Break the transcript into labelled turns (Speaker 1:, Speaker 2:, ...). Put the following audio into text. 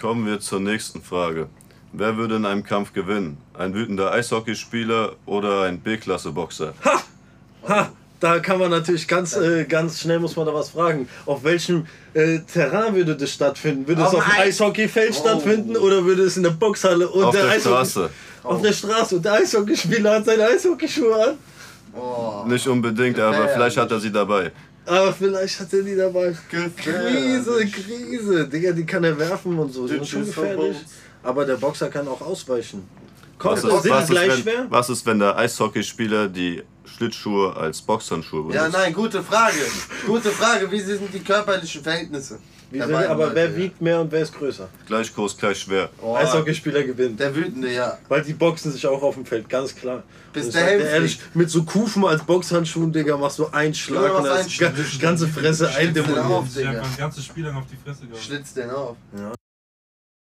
Speaker 1: Kommen wir zur nächsten Frage. Wer würde in einem Kampf gewinnen? Ein wütender Eishockeyspieler oder ein B-Klasse-Boxer?
Speaker 2: Ha, da kann man natürlich ganz, äh, ganz schnell muss man da was fragen. Auf welchem äh, Terrain würde das stattfinden? Würde es
Speaker 3: Auf
Speaker 2: auf dem
Speaker 3: dem Eis-
Speaker 2: Eishockeyfeld stattfinden oder würde es in der Boxhalle und
Speaker 1: Auf der
Speaker 2: Eishockey-
Speaker 1: Straße.
Speaker 2: Auf der Straße und der Eishockeyspieler hat seine Eishockeyschuhe an.
Speaker 3: Oh.
Speaker 1: Nicht unbedingt, aber
Speaker 3: Gefährlich.
Speaker 1: vielleicht hat er sie dabei.
Speaker 2: Aber vielleicht hat er die dabei. Krise,
Speaker 3: Gefährlich.
Speaker 2: Krise. Digga, die kann er werfen und so. Die sind schon
Speaker 3: Digis
Speaker 2: gefährlich.
Speaker 3: verbaut.
Speaker 2: Aber der Boxer kann auch ausweichen.
Speaker 1: Was
Speaker 2: Kommt,
Speaker 1: ist,
Speaker 2: sind
Speaker 1: was,
Speaker 2: die gleich
Speaker 1: ist,
Speaker 2: schwer?
Speaker 1: wenn, was ist, wenn der Eishockeyspieler die Schlittschuhe als Boxhandschuhe benutzt?
Speaker 3: Ja, nein, gute Frage. Gute Frage, wie sind die körperlichen Verhältnisse?
Speaker 2: Wie Also,
Speaker 3: der
Speaker 2: sind,
Speaker 3: beiden
Speaker 2: aber
Speaker 3: Leute,
Speaker 2: wer
Speaker 3: ja.
Speaker 2: wiegt mehr und wer ist größer?
Speaker 1: Gleich groß, gleich schwer.
Speaker 3: Oh,
Speaker 2: Eishockeyspieler gewinnt.
Speaker 3: Der Wütende, ja.
Speaker 2: Weil die boxen sich auch auf dem Feld, ganz klar.
Speaker 3: Bis
Speaker 2: Und ich
Speaker 3: der
Speaker 2: sag dir
Speaker 3: Helm
Speaker 2: mit so Kufen als Boxhandschuhen, Digga, machst du einen Schlag
Speaker 3: Ja,
Speaker 2: und
Speaker 3: was